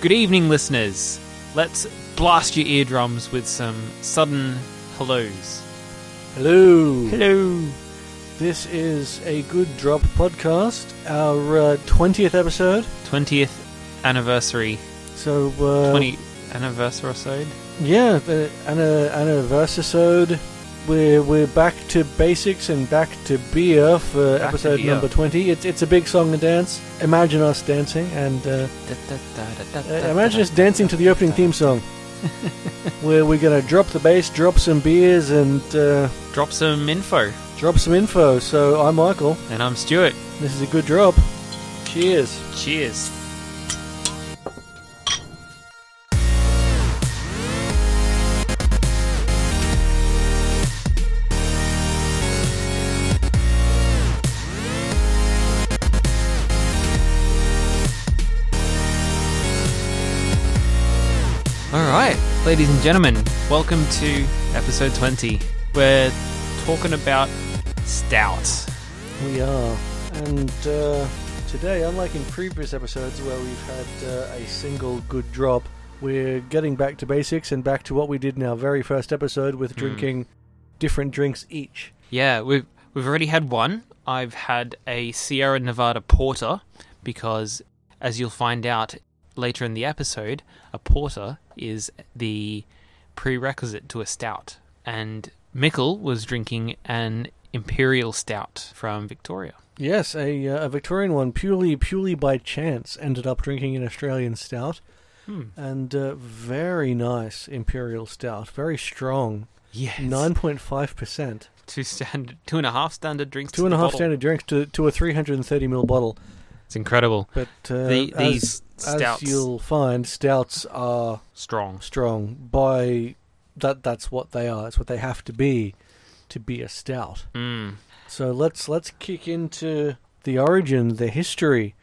Good evening, listeners. Let's blast your eardrums with some sudden hellos. Hello. Hello. This is a good drop podcast. Our uh, twentieth episode. 20th anniversary. So uh, 20 anniversary or so. Yeah, uh, an anniversary. We're we're back to basics and back to beer for to episode beer. number twenty. It's it's a big song and dance. Imagine us dancing and uh, Da, da, da, da, uh, da, da, imagine da. us dancing to the opening theme song. Where we're gonna drop the bass, drop some beers, and uh, Drop some info. drop some info. So I'm Michael. And I'm Stuart. This is a good drop. Cheers. Cheers. All right, ladies and gentlemen, welcome to episode 20. We're talking about stout. We are. And uh, today, unlike in previous episodes where we've had uh, a single good drop, we're getting back to basics and back to what we did in our very first episode Hmm. with drinking different drinks each. Yeah, we've we've already had one. I've had a Sierra Nevada porter because, as you'll find out later in the episode, a porter is the prerequisite to a stout. And Mickle was drinking an imperial stout from Victoria. Yes, a, uh, a Victorian one, purely purely by chance, ended up drinking an Australian stout. Hmm. And uh, very nice imperial stout, very strong, Yes, nine point five percent, two standard, two and a half standard drinks. two and a half standard drinks to to a three hundred and thirty ml bottle. It's incredible. But uh, the, as- these stouts As you'll find, stouts are strong. strong by that. That's what they are. It's what they have to be to be a stout. Mm. So let's let's kick into the origin, the history.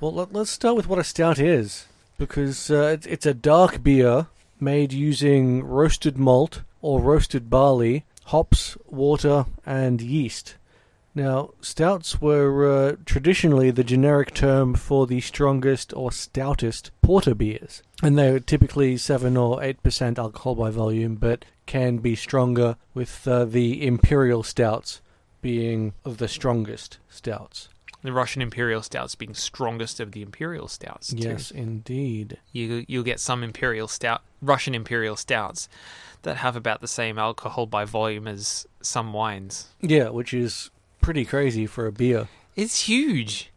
Well, let, let's start with what a stout is, because uh, it's, it's a dark beer made using roasted malt or roasted barley, hops, water, and yeast. Now, stouts were uh, traditionally the generic term for the strongest or stoutest porter beers, and they were typically 7 or 8% alcohol by volume, but can be stronger with uh, the imperial stouts being of the strongest stouts. The Russian imperial stouts being strongest of the imperial stouts. too. Yes, indeed. you you'll get some imperial stout, Russian imperial stouts, that have about the same alcohol by volume as some wines. Yeah, which is pretty crazy for a beer. It's huge.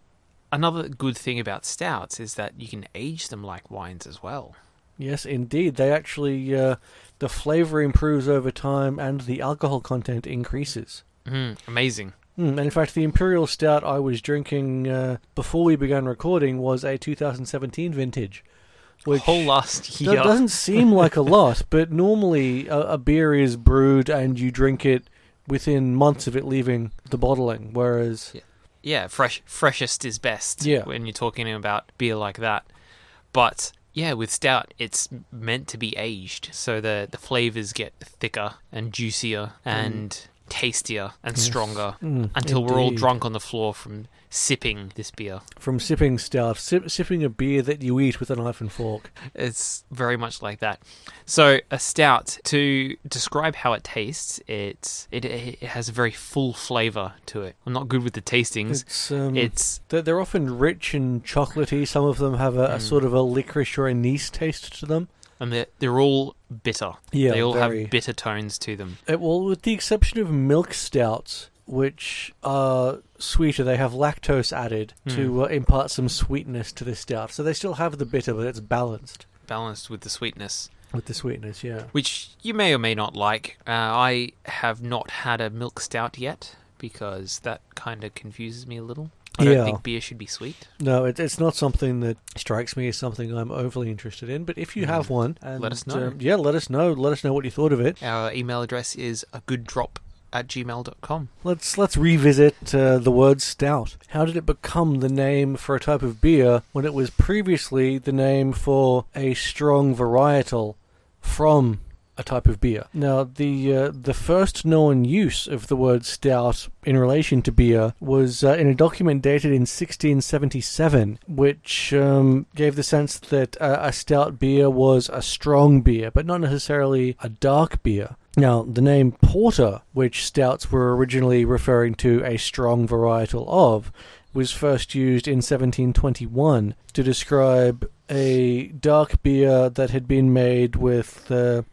Another good thing about stouts is that you can age them like wines as well. Yes, indeed. They actually, uh, the flavor improves over time and the alcohol content increases. Mm, amazing. Mm, and in fact, the Imperial Stout I was drinking uh, before we began recording was a 2017 vintage. Which Whole last do- year. doesn't seem like a lot, but normally a, a beer is brewed and you drink it within months of it leaving the bottling, whereas yeah, fresh freshest is best. Yeah. when you're talking about beer like that, but yeah, with stout, it's meant to be aged, so the the flavors get thicker and juicier and tastier and stronger Mm, until we're all indeed. drunk on the floor from sipping this beer. from sipping stout, sip, sipping a beer that you eat with a knife and fork. It's very much like that. So a stout to describe how it tastes, it it, it has a very full flavor to it. I'm not good with the tastings. It's um, It's they're, they're often rich and chocolatey. Some of them have a, Mm. a sort of a licorice or anise taste to them. and they're, they're all bitter. Yeah, they all very. have bitter tones to them. Uh, well, with the exception of milk stouts, which are sweeter, they have lactose added Hmm. to uh, impart some sweetness to the stout. So they still have the bitter, but it's balanced balanced with the sweetness, with the sweetness. Yeah. which you may or may not like. Uh, I have not had a milk stout yet because that kind of confuses me a little. I Yeah. don't think beer should be sweet. No, it, it's not something that strikes me as something I'm overly interested in. But if you have one, and, Hmm. Let us know. um, yeah, let us know. Let us know what you thought of it. Our email address is a good drop at gmail.com. Let's let's revisit uh, the word stout. How did it become the name for a type of beer when it was previously the name for a strong varietal from a a type of beer. Now, the uh, the first known use of the word stout in relation to beer was uh, in a document dated in 1677, which um, gave the sense that uh, a stout beer was a strong beer, but not necessarily a dark beer. Now, the name porter, which stouts were originally referring to a strong varietal of, was first used in 1721 to describe a dark beer that had been made with uh,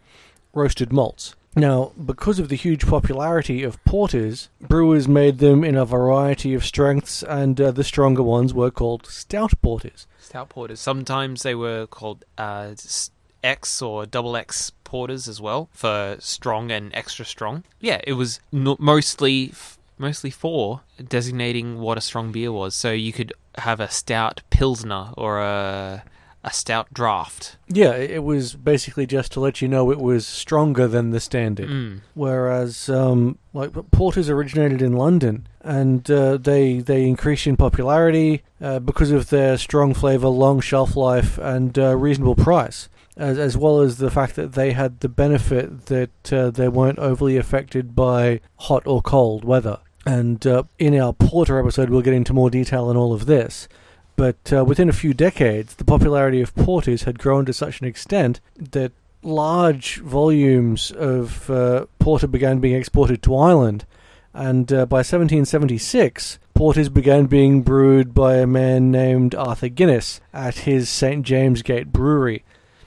roasted malts. Now, because of the huge popularity of porters, brewers made them in a variety of strengths, and uh, the stronger ones were called stout porters. Stout porters. Sometimes they were called uh, s- X or double X porters as well for strong and extra strong. Yeah, it was n- mostly f- mostly for designating what a strong beer was. So you could have a stout pilsner or a a stout draft. Yeah, it it was basically just to let you know it was stronger than the standard. Mm. whereas um, like porters originated in London and uh, they they increased in popularity uh, because of their strong flavor, long shelf life, and uh, reasonable price. As, as well as the fact that they had the benefit that uh, they weren't overly affected by hot or cold weather. And uh, in our porter episode, we'll get into more detail on all of this. But uh, within a few decades, the popularity of porters had grown to such an extent that large volumes of uh, porter began being exported to Ireland, and uh, by 1776, porters began being brewed by a man named Arthur Guinness at his St James Gate brewery.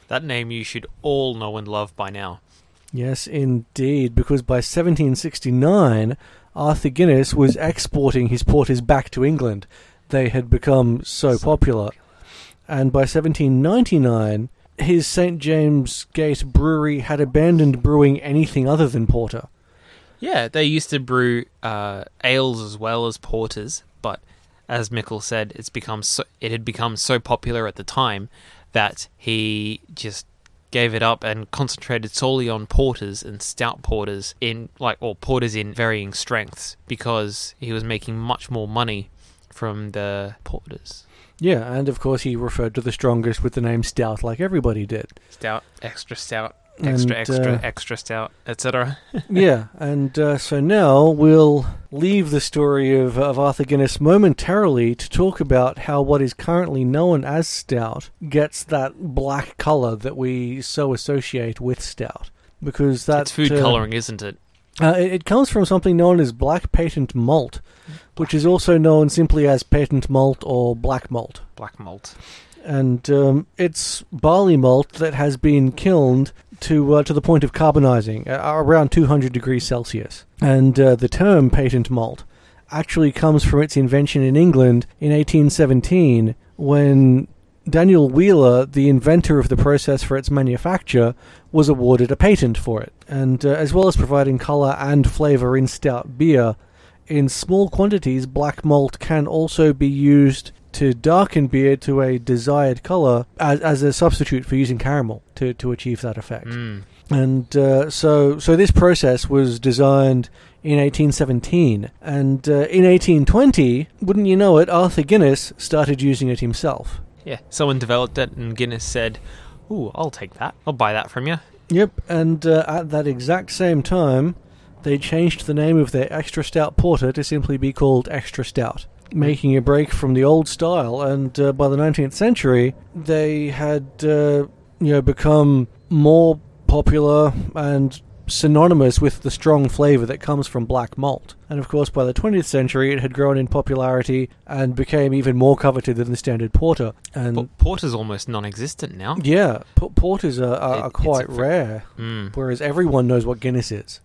That name you should all know and love by now. Yes, indeed, because by 1769, Arthur Guinness was exporting his porters back to England. They had become so popular. And by 1799, his St. James Gate brewery had abandoned brewing anything other than porter. Yeah, they used to brew uh, ales as well as porters, but as Mickle said, it's become so, it had become so popular at the time that he just gave it up and concentrated solely on porters and stout porters in like or porters in varying strengths because he was making much more money from the porters. Yeah, and of course he referred to the strongest with the name stout like everybody did. Stout, extra stout, extra And, extra uh, extra stout, etc. yeah, and uh, so now we'll leave the story of, of Arthur Guinness momentarily to talk about how what is currently known as stout gets that black color that we so associate with stout. Because that's It's food coloring, isn't it? Uh, it, it comes from something known as black patent malt, which is also known simply as patent malt or black malt Black malt. and um, it's barley malt that has been kilned to uh, to the point of carbonizing uh, around 200 degrees Celsius. And uh, the term patent malt actually comes from its invention in England in 1817 when Daniel Wheeler, the inventor of the process for its manufacture, was awarded a patent for it. And uh, as well as providing color and flavor in stout beer, in small quantities, black malt can also be used to darken beer to a desired color as, as a substitute for using caramel to, to achieve that effect. Mm. And uh, so, so this process was designed in 1817, and uh, in 1820, wouldn't you know it, Arthur Guinness started using it himself. Yeah, someone developed it, and Guinness said, "Ooh, I'll take that. I'll buy that from you." Yep, and uh, at that exact same time, they changed the name of their extra stout porter to simply be called extra stout, making a break from the old style. And uh, by the 19th century, they had uh, you know become more popular and synonymous with the strong flavor that comes from black malt. And of course, by the 20th century, it had grown in popularity and became even more coveted than the standard porter. And But porter's almost non-existent now. yeah, p- porters are, are, It- it's are a quite fa- rare Mm. whereas everyone knows what Guinness is.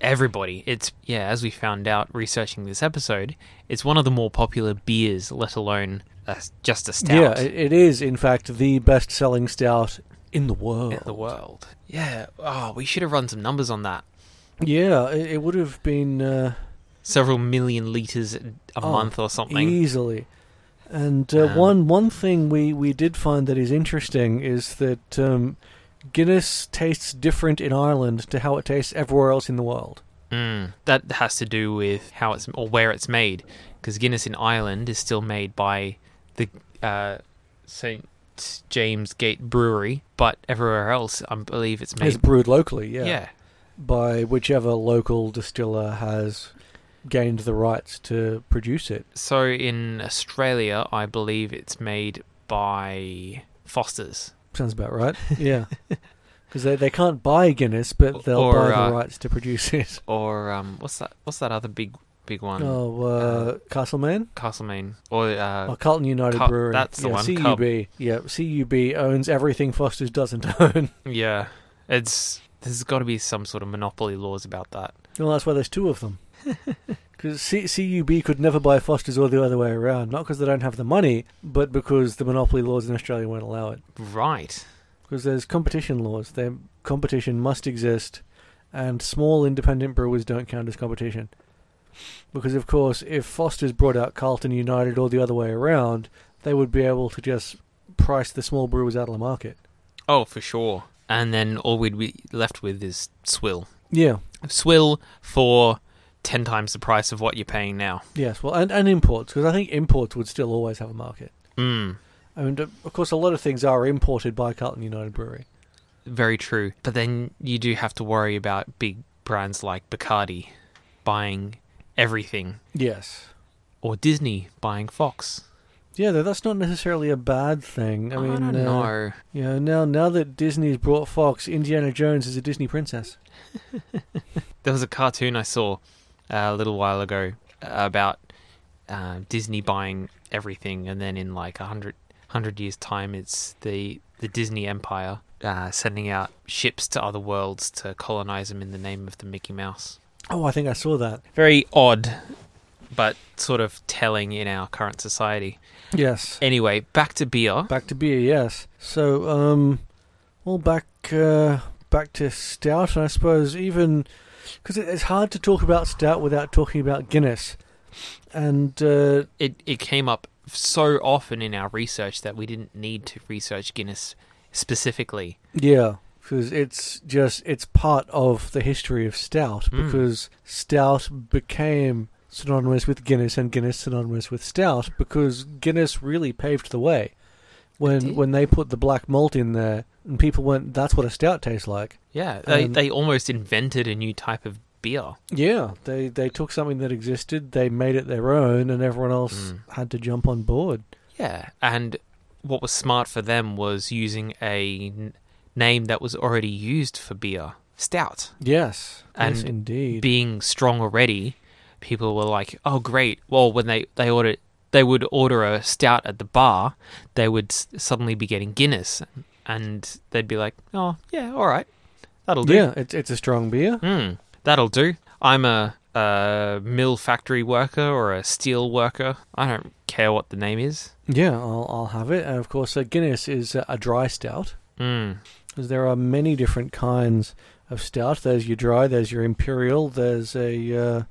Everybody, it's yeah. As we found out researching this episode, it's one of the more popular beers, let alone a, just a stout Yeah, it, it is in fact the best-selling stout in the world. in the world. Yeah. Oh, we should have run some numbers on that. Yeah, it, it would have been uh, Several million liters a Oh, month or something. easily. And uh, Um, one one thing we, we did find that is interesting is that um, Guinness tastes different in Ireland to how it tastes everywhere else in the world. Mm, that has to do with how it's or where it's made, because Guinness in Ireland is still made by the uh, Saint at James Gate Brewery, but everywhere else, I believe it's made. It's brewed locally, yeah, yeah, by whichever local distiller has gained the rights to produce it. So in Australia, I believe it's made by Foster's. Sounds about right. Yeah, because they, they can't buy Guinness, but they'll Or, buy the uh, rights to produce it. Or um, what's that? What's that other big big one? oh, uh, Castlemaine, Castlemaine or uh, oh, Carlton United Cub- Brewery. that's the yeah, one, Cub. CUB. Yeah, CUB owns everything Foster's doesn't own. yeah, it's there's got to be some sort of monopoly laws about that. Well, that's why there's two of them. Because CUB could never buy Foster's or the other way around. Not because they don't have the money, but because the monopoly laws in Australia won't allow it. Right. Because there's competition laws. Their competition must exist, and small independent brewers don't count as competition. Because, of course, if Foster's brought out Carlton United or the other way around, they would be able to just price the small brewers out of the market. Oh, for sure. And then all we'd be left with is swill. Yeah, Swill for ten times the price of what you're paying now. yes. Well, and, and imports, because I think imports would still always have a market. Mm. I mean, of course, a lot of things are imported by Carlton United Brewery. Very true. But then you do have to worry about big brands like Bacardi buying everything Yes. or Disney buying Fox. Yeah, though that's not necessarily a bad thing. I mean, don't uh, know. You know, now now that Disney's brought Fox, Indiana Jones is a Disney princess. There was a cartoon I saw uh, a little while ago about uh, Disney buying everything, and then in like a hundred hundred years' time, it's the the Disney Empire uh, sending out ships to other worlds to colonize them in the name of the Mickey Mouse. Oh, I think I saw that. Very odd, but sort of telling in our current society. Yes. Anyway, back to beer. Back to beer, yes. So, um, well, back uh, back to stout, and I suppose even because it, it's hard to talk about stout without talking about Guinness, and uh, It it came up so often in our research that we didn't need to research Guinness specifically. Yeah, because it's just it's part of the history of stout Mm. because stout became synonymous with Guinness and Guinness synonymous with stout because Guinness really paved the way when did. when they put the black malt in there and people went that's what a stout tastes like. Yeah, they Um, they almost invented a new type of beer. Yeah, they they took something that existed, they made it their own and everyone else Mm. had to jump on board. Yeah, and what was smart for them was using a n- name that was already used for beer, stout. Yes. yes And indeed. Being strong already, people were like, "Oh, great!" Well, when they they ordered. They would order a stout at the bar. They would s- suddenly be getting Guinness, and they'd be like, "Oh, yeah, all right, that'll do." yeah, it's it's a strong beer. Hmm, that'll do. I'm a, a mill factory worker or a steel worker. I don't care what the name is. Yeah, I'll I'll have it. And of course, uh, Guinness is uh, a dry stout. Hmm. because there are many different kinds of stout. There's your dry, there's your imperial, there's a uh,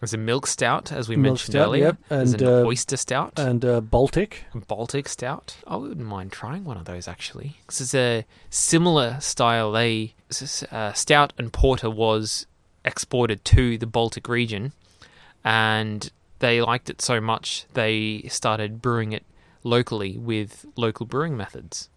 There's a milk stout, as we Milk mentioned stout, earlier. yep, There's and, an uh, oyster stout, and a Baltic. a Baltic stout. I wouldn't mind trying one of those actually, because it's a similar style. They s- s- uh, stout and porter was exported to the Baltic region, and they liked it so much they started brewing it locally with local brewing methods.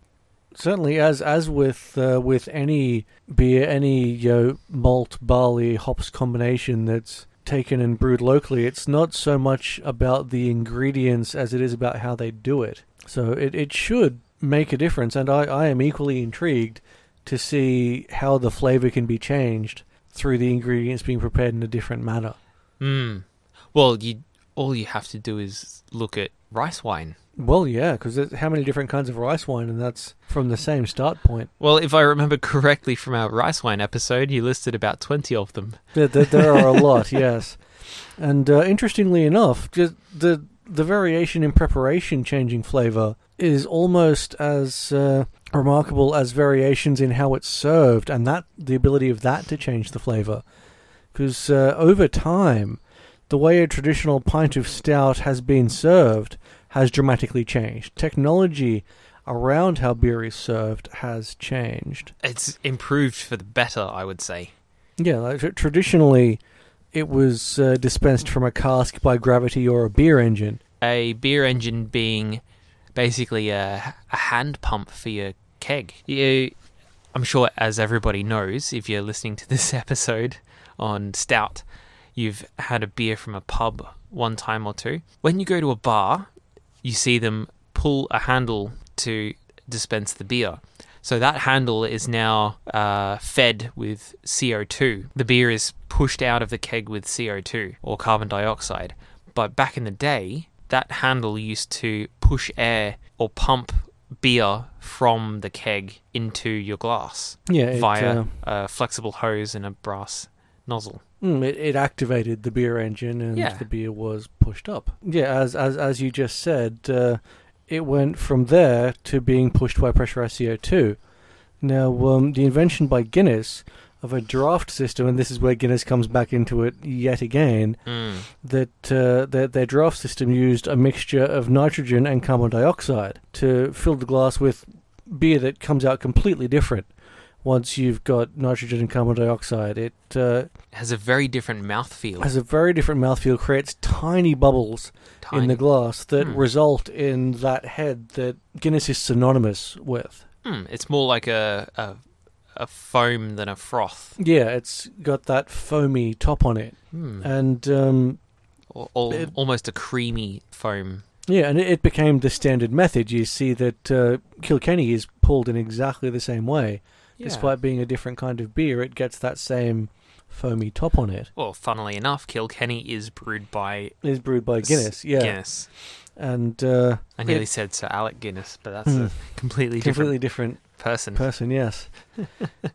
Certainly, as as with uh, with any beer, any you know, malt, barley, hops combination that's taken and brewed locally, it's not so much about the ingredients as it is about how they do it. So it, it should make a difference, and I, I am equally intrigued to see how the flavour can be changed through the ingredients being prepared in a different manner. Mm. Well, you all you have to do is look at rice wine. Well, yeah, because how many different kinds of rice wine, and that's from the same start point. Well, if I remember correctly from our rice wine episode, you listed about 20 of them. There, there, there are a lot, yes. And uh, interestingly enough, just the the variation in preparation, changing flavor, is almost as uh, remarkable as variations in how it's served, and that the ability of that to change the flavor, because uh, over time, the way a traditional pint of stout has been served has dramatically changed. Technology around how beer is served has changed. It's improved for the better, I would say. Yeah, like, tr- traditionally, it was uh, dispensed from a cask by gravity or a beer engine. A beer engine being basically a, a hand pump for your keg. You, I'm sure, as everybody knows, if you're listening to this episode on Stout, you've had a beer from a pub one time or two. When you go to a bar, you see them pull a handle to dispense the beer. So that handle is now uh, fed with CO2. The beer is pushed out of the keg with CO2 or carbon dioxide. But back in the day, that handle used to push air or pump beer from the keg into your glass Yeah, it, via uh, a flexible hose and a brass nozzle. Mm, it, it activated the beer engine and Yeah. the beer was pushed up. Yeah, as as as you just said, uh, it went from there to being pushed by pressurized CO2. Now, um, the invention by Guinness of a draft system, and this is where Guinness comes back into it yet again, Mm. that uh, their, their draft system used a mixture of nitrogen and carbon dioxide to fill the glass with beer that comes out completely different. Once you've got nitrogen and carbon dioxide, it uh, has a very different mouthfeel. has a very different mouthfeel, creates tiny bubbles Tiny. in the glass that Hmm. result in that head that Guinness is synonymous with. Hmm, it's more like a, a a foam than a froth. Yeah, it's got that foamy top on it, Hmm. and um, Al- al- it- almost a creamy foam. yeah, and it, it became the standard method. You see that uh, Kilkenny is pulled in exactly the same way, despite being a different kind of beer. It gets that same foamy top on it. Well, funnily enough, Kilkenny is brewed by It's brewed by S- Guinness, yeah, Guinness. and uh, I nearly It- Hmm. said Sir Alec Guinness, but that's a completely different completely different person. person, yes.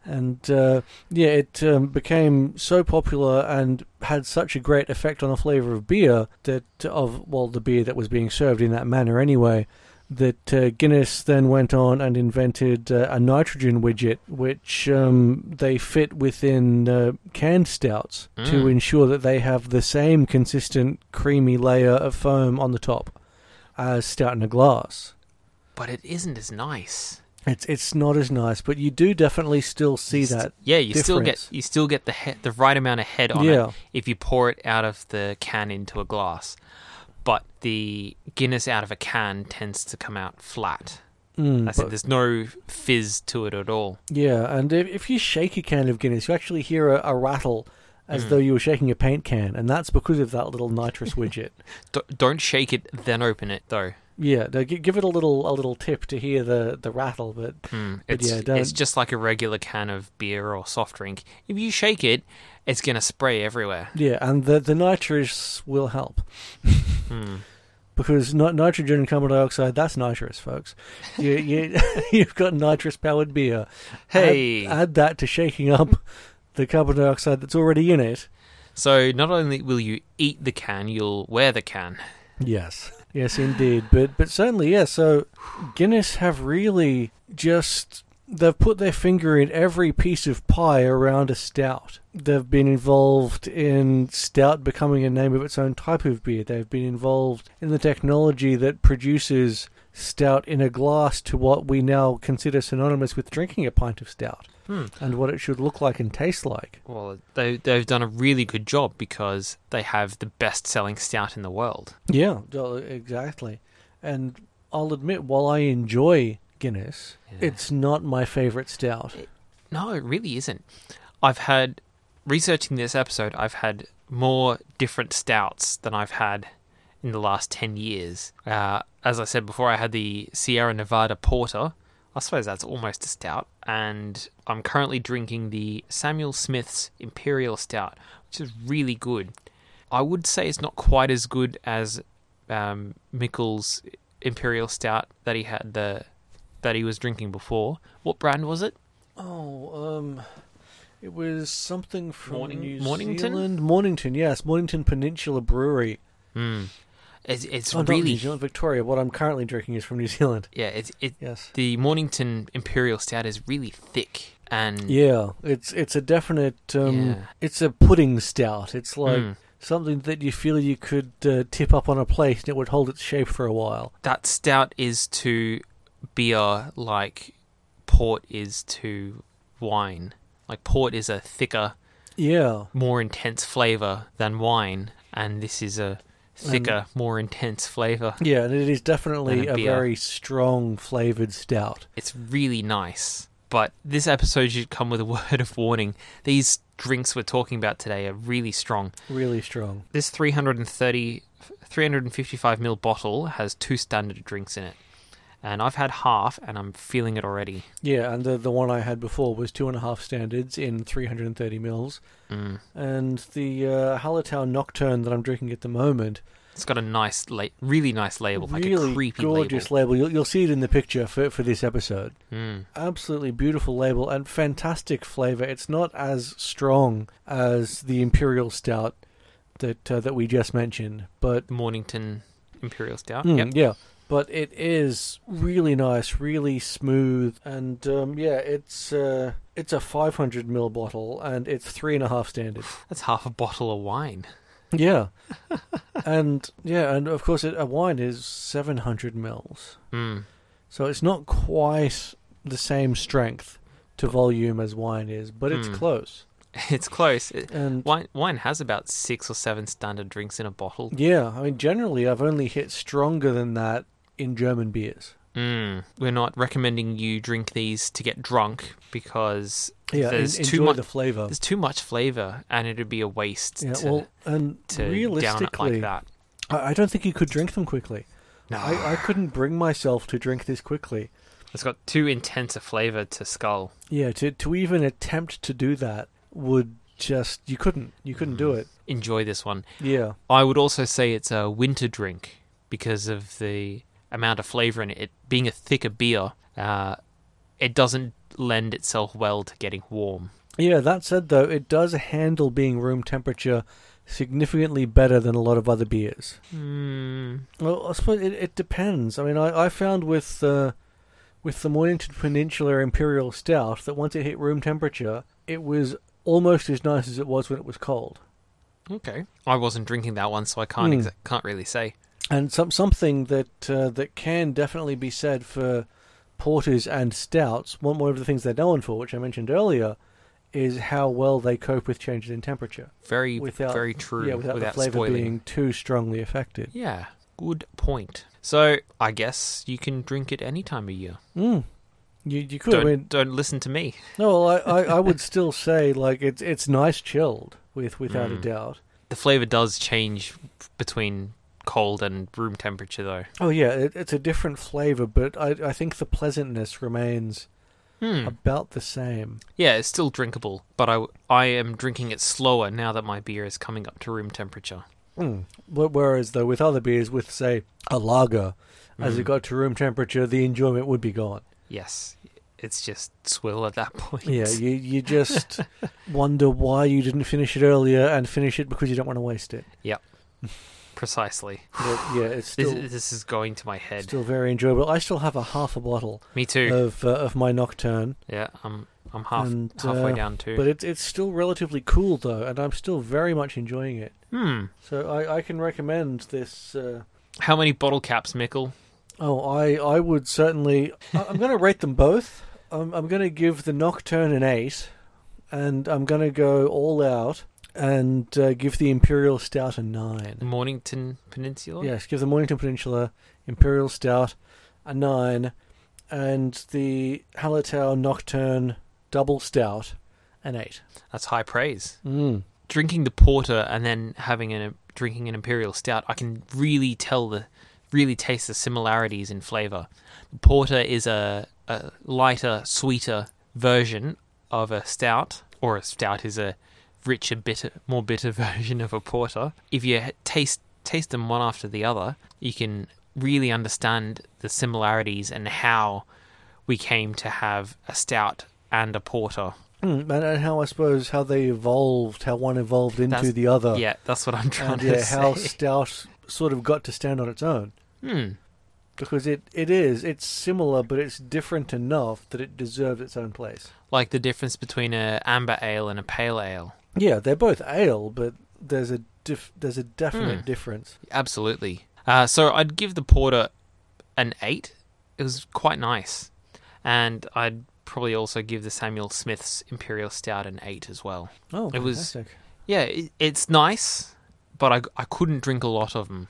and uh, yeah, it um, became so popular and had such a great effect on the flavour of beer that of well, the beer that was being served in that manner anyway. That uh, Guinness then went on and invented uh, a nitrogen widget, which um, they fit within uh, canned stouts to Mm. ensure that they have the same consistent creamy layer of foam on the top as stout in a glass. but it isn't as nice. It's it's not as nice, but you do definitely still see You st- that. Yeah, you still get difference. you still get the he- the right amount of head on it Yeah. if you pour it out of the can into a glass. But the Guinness out of a can tends to come out flat. Mm, I said but- there's no fizz to it at all. yeah, and if, if you shake a can of Guinness, you actually hear a, a rattle as Mm. though you were shaking a paint can, and that's because of that little nitrous widget. D- don't shake it, then open it though. Yeah, they gi- give it a little a little tip to hear the, the rattle, but Hmm, But it's yeah, it's don't- just like a regular can of beer or soft drink. If you shake it, it's gonna spray everywhere. yeah, and the the nitrous will help Hmm. because ni- nitrogen and carbon dioxide that's nitrous, folks. You you you've got nitrous powered beer. Hey, add, add that to shaking up the carbon dioxide that's already in it. so not only will you eat the can, you'll wear the can. Yes. Yes, indeed. But but certainly, yeah. So Guinness have really just they've put their finger in every piece of pie around a stout. They've been involved in stout becoming a name of its own type of beer. They've been involved in the technology that produces stout in a glass to what we now consider synonymous with drinking a pint of stout Hmm. and what it should look like and taste like. Well, they they've done a really good job because they have the best selling stout in the world. Yeah, well, exactly. And I'll admit, while I enjoy Guinness, Yeah. it's not my favorite stout. No, it really isn't. I've had researching this episode. I've had more different stouts than I've had in the last ten years. Uh, as I said before, I had the Sierra Nevada Porter. I suppose that's almost a stout, and I'm currently drinking the Samuel Smith's Imperial Stout, which is really good. I would say it's not quite as good as um, Mikkel's Imperial Stout that he had the that he was drinking before. What brand was it? Oh, um, it was something from Morning- New Mornington? Zealand. Mornington, yes, Mornington Peninsula Brewery. Mm. It's, it's oh, not New really Zealand, Victoria. What I'm currently drinking is from New Zealand. yeah. It's it Yes. the Mornington Imperial Stout is really thick and Yeah, it's it's a definite. Um, Mm. Yeah. It's a pudding stout. It's like Mm. something that you feel you could uh, tip up on a plate and it would hold its shape for a while. that stout is to beer like port is to wine. Like port is a thicker, Yeah. more intense flavor than wine, and this is a thicker, more intense flavor. Yeah, and it is definitely And a a beer. very strong flavored stout. It's really nice. But this episode should come with a word of warning. These drinks we're talking about today are really strong. Really strong. This 330, 355ml bottle has two standard drinks in it. And I've had half and I'm feeling it already. Yeah, and the the one I had before was two and a half standards in 330 mils, Mm. and the uh, Hallertau Nocturne that I'm drinking at the moment, It's got a nice, la- really nice label, like really a creepy gorgeous label. label. You'll, you'll see it in the picture for for this episode. Mm. Absolutely beautiful label and fantastic flavor. It's not as strong as the Imperial Stout that uh, that we just mentioned, but The Mornington Imperial Stout. Mm, yep. Yeah, but it is really nice, really smooth, and um, yeah, it's uh, it's a 500 ml bottle, and it's three and a half standard. That's half a bottle of wine. yeah, and yeah, and of course, it, a wine is 700 mils, Mm. so it's not quite the same strength to volume as wine is, but it's Mm. close. It's close. It- And Wine, wine has about six or seven standard drinks in a bottle. yeah, I mean, generally, I've only hit stronger than that in German beers. Mm. We're not recommending you drink these to get drunk because Yeah, en- there's too enjoy much the flavor. there's too much flavor and it'd be a waste Yeah, to, well, and to down it realistically, like that. I, I don't think you could drink them quickly. No, I, I couldn't bring myself to drink this quickly. it's got too intense a flavor to skull. Yeah, to to even attempt to do that would just you couldn't you couldn't do it. Enjoy this one. Mm. Yeah, I would also say it's a winter drink because of the amount of flavor in it. it being a thicker beer, uh, it doesn't lend itself well to getting warm. yeah. That said, though, it does handle being room temperature significantly better than a lot of other beers. Mm, Well, I suppose it, it depends. I mean, I, I found with uh, with the Mornington Peninsula Imperial Stout that once it hit room temperature, it was almost as nice as it was when it was cold. okay. I wasn't drinking that one, so I can't Mm. exa- can't really say. and some something that uh, that can definitely be said for porters and stouts. One one of the things they're known for, which I mentioned earlier, is how well they cope with changes in temperature. Very Without- very true. yeah, without, the flavor spoiling. being too strongly affected. Yeah, good point. So I guess you can drink it any time of year. Mm. You you could. Don't, I mean, don't listen to me. no, I, I, I would still say like it's it's nice chilled with without a Mm. doubt. The flavor does change between cold and room temperature, though. Oh yeah, it, it's a different flavor, but I I think the pleasantness remains Hmm. about the same. Yeah, it's still drinkable, but I, I am drinking it slower now that my beer is coming up to room temperature. Mm. Wh- Whereas, though, with other beers, with say a lager, as it Mm. got to room temperature, the enjoyment would be gone. Yes, it's just swill at that point. Yeah, you you just wonder why you didn't finish it earlier and finish it because you don't want to waste it. precisely. But, yeah, it's This, still this is going to my head. still very enjoyable. I still have a half a bottle me too. of uh, of my nocturne, yeah, I'm I'm half and, halfway uh, down too. but it's it's still relatively cool though, and I'm still very much enjoying it. hmm. So I, I can recommend this. Uh, How many bottle caps, Mickle? Oh, I, I would certainly. I- I'm going to rate them both. I'm, I'm going to give the Nocturne an 8, and I'm going to go all out and uh, give the Imperial Stout a 9. Mornington Peninsula. Yes, give the Mornington Peninsula Imperial Stout a 9, and the Hallertau Nocturne Double Stout an 8. That's high praise. Mm. Drinking the porter and then having an drinking an imperial stout, I can really tell the really taste the similarities in flavor. The porter is a, a lighter, sweeter version of a stout, or a stout is a richer, bitter, more bitter version of a porter. If you h- taste taste them one after the other, you can really understand the similarities and how we came to have a stout and a porter. Mm, and, and how I suppose how they evolved, how one evolved into That's- the other, Yeah, that's what I'm trying and to yeah, say. how stout sort of got to stand on its own. Hmm. because it, it is it's similar but it's different enough that it deserves its own place Like the difference between a amber ale and a pale ale. yeah they're both ale but there's a dif- there's a definite Hmm. difference Absolutely. Uh, so I'd give the porter an eight. It was quite nice, and I'd probably also give the Samuel Smith's Imperial Stout an eight as well. oh It was- fantastic. Yeah, it, it's nice, but I, I couldn't drink a lot of them.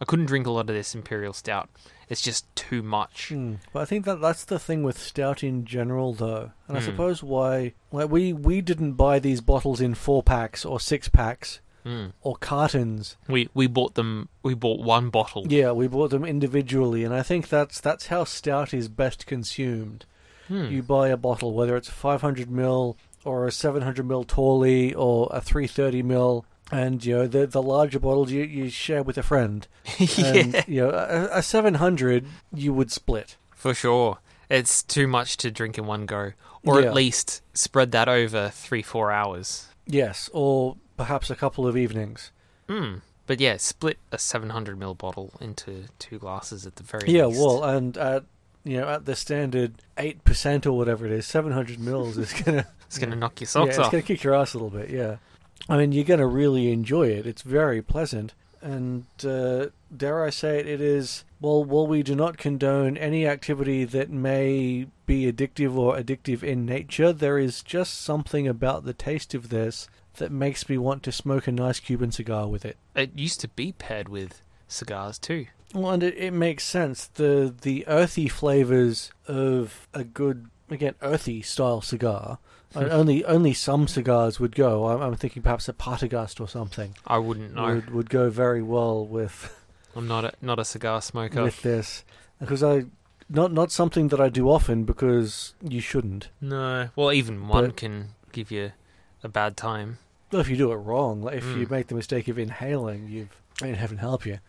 I couldn't drink a lot of this imperial stout. It's just too much. Mm. But I think that that's the thing with stout in general, though, and I Mm. suppose why like we we didn't buy these bottles in four packs or six packs Mm. or cartons. We we bought them. We bought one bottle. Yeah, we bought them individually, and I think that's that's how stout is best consumed. Hmm. You buy a bottle, whether it's 500 ml or a 700 ml Tawley or a 330 ml, and you know the the larger bottles you, you share with a friend. And, yeah, you um, know, a, a 700 you would split. for sure. It's too much to drink in one go, or Yeah. at least spread that over three four hours. Yes, or perhaps a couple of evenings. Hmm. But yeah, split a seven hundred ml bottle into two glasses at the very Yeah, least. well, and at you know at the standard eight percent or whatever it is, seven hundred mils is gonna it's gonna knock your yeah, socks it's off. gonna kick your ass a little bit. Yeah, I mean you're gonna really enjoy it. It's very pleasant, and uh, dare I say it, it is. Well, while we do not condone any activity that may be addictive or addictive in nature, there is just something about the taste of this that makes me want to smoke a nice Cuban cigar with it. It used to be paired with cigars too. Well, and it, it makes sense. The the earthy flavors of a good again earthy style cigar. and only only some cigars would go. I'm, I'm thinking perhaps a Partagast or something I wouldn't know. would would go very well with I'm not a not a cigar smoker. with this because I not not something that I do often because you shouldn't. No. Well, even one But- can give you a bad time. Well, if you do it wrong, like if you Mm. make the mistake of inhaling, you've I mean, heaven help you.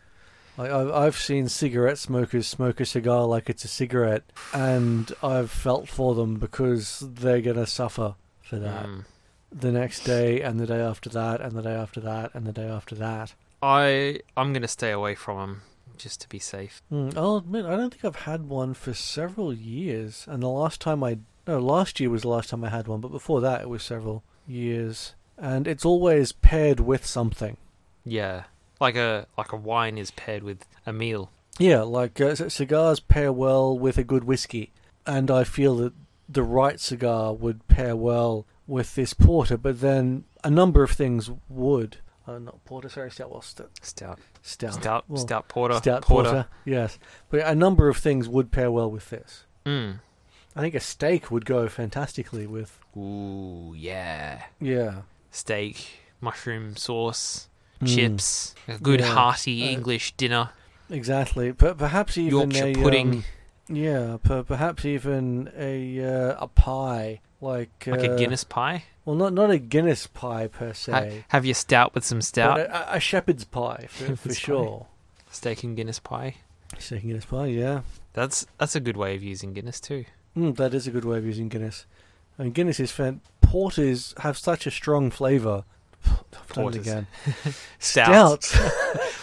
Like I've I've seen cigarette smokers smoke a cigar like it's a cigarette, and I've felt for them because they're gonna suffer for that Mm. the next day and the day after that and the day after that and the day after that. I I'm gonna stay away from them just to be safe. Mm, I'll admit I don't think I've had one for several years, and the last time I no last year was the last time I had one, but before that it was several years, and it's always paired with something. Yeah, like a like a wine is paired with a meal. Yeah, like uh, c- cigars pair well with a good whiskey, and I feel that the right cigar would pair well with this porter. But then a number of things would. Uh, not porter, sorry, stout. Well, st- Stout, stout, stout, well, stout porter, stout porter. Yes, but a number of things would pair well with this. Mm. I think a steak would go fantastically with. Ooh, yeah. Yeah, Steak, mushroom sauce, Mm. chips, a good Yeah. hearty Uh, English dinner, exactly. But perhaps even Yorkshire a, pudding, um, yeah, per- perhaps even a uh, a pie like like a uh, Guinness pie. Well, not not a Guinness pie per Ha- se, have your stout with some but stout, a, a- a shepherd's pie for, for Shepherd's sure. steak and Guinness pie. Second Guinness pie, yeah. That's that's a good way of using Guinness too. Mm, that is a good way of using Guinness. I mean, Guinness is fan. Porters have such a strong flavour. I've done it Porters. again. Stout.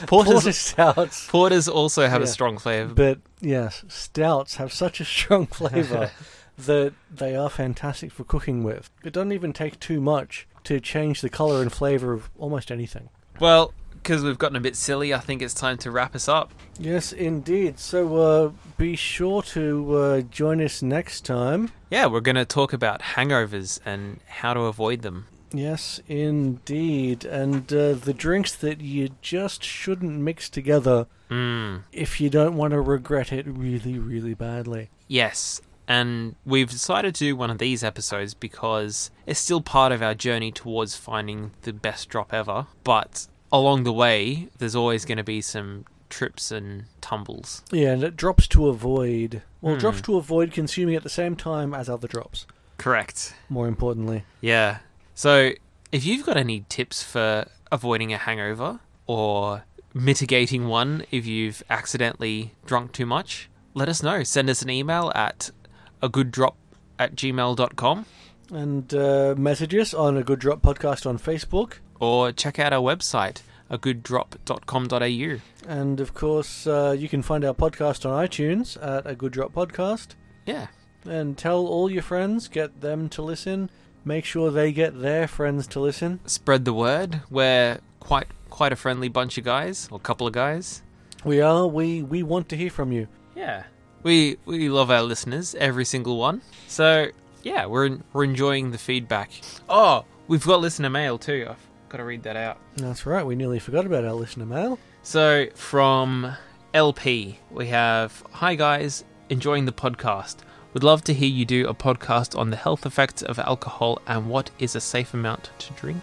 Porters Porter stouts. Porters also have a Yeah. strong flavour. But yes, stouts have such a strong flavour that they are fantastic for cooking with. It doesn't even take too much to change the colour and flavour of almost anything. Well, because we've gotten a bit silly, I think it's time to wrap us up. Yes, indeed. So uh, be sure to uh, join us next time. Yeah, we're going to talk about hangovers and how to avoid them. Yes, indeed. And uh, the drinks that you just shouldn't mix together Mm, if you don't want to regret it really, really badly. yes. And we've decided to do one of these episodes because it's still part of our journey towards finding the best drop ever. But along the way, there's always going to be some trips and tumbles. Yeah, and it drops to avoid. Well, Hmm. drops to avoid consuming at the same time as other drops, Correct. more importantly. Yeah. So if you've got any tips for avoiding a hangover or mitigating one if you've accidentally drunk too much, let us know. Send us an email at a good drop at gmail.com And uh, message us on a Good Drop podcast on Facebook. or check out our website, a good agooddrop.com.au. And of course, uh, you can find our podcast on iTunes at a Good Drop podcast. Yeah. and tell all your friends, get them to listen. Make sure they get their friends to listen. Spread the word. We're quite quite a friendly bunch of guys or couple of guys. We are we we want to hear from you. Yeah. We we love our listeners, every single one. So yeah, we're we're enjoying the feedback. Oh, we've got listener mail too. I, Got to read that out. That's right. We nearly forgot about our listener mail. So from LP, we have Hi guys, enjoying the podcast. Would love to hear you do a podcast on the health effects of alcohol and what is a safe amount to drink.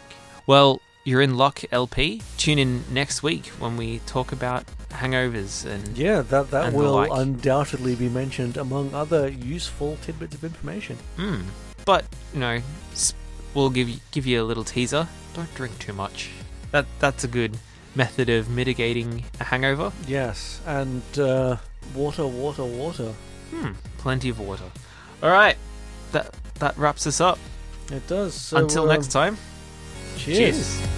Well, you're in luck, LP. Tune in next week when we talk about hangovers and Yeah, that that And the will like. undoubtedly be mentioned among other useful tidbits of information. Mm. But you know, s- we'll give you, give you a little teaser. Don't drink too much. That that's a good method of mitigating a hangover. Yes, and uh, water, water, water. Hmm, plenty of water. All right, that that wraps us up. It does. So, Until um, next time. Cheers. cheers.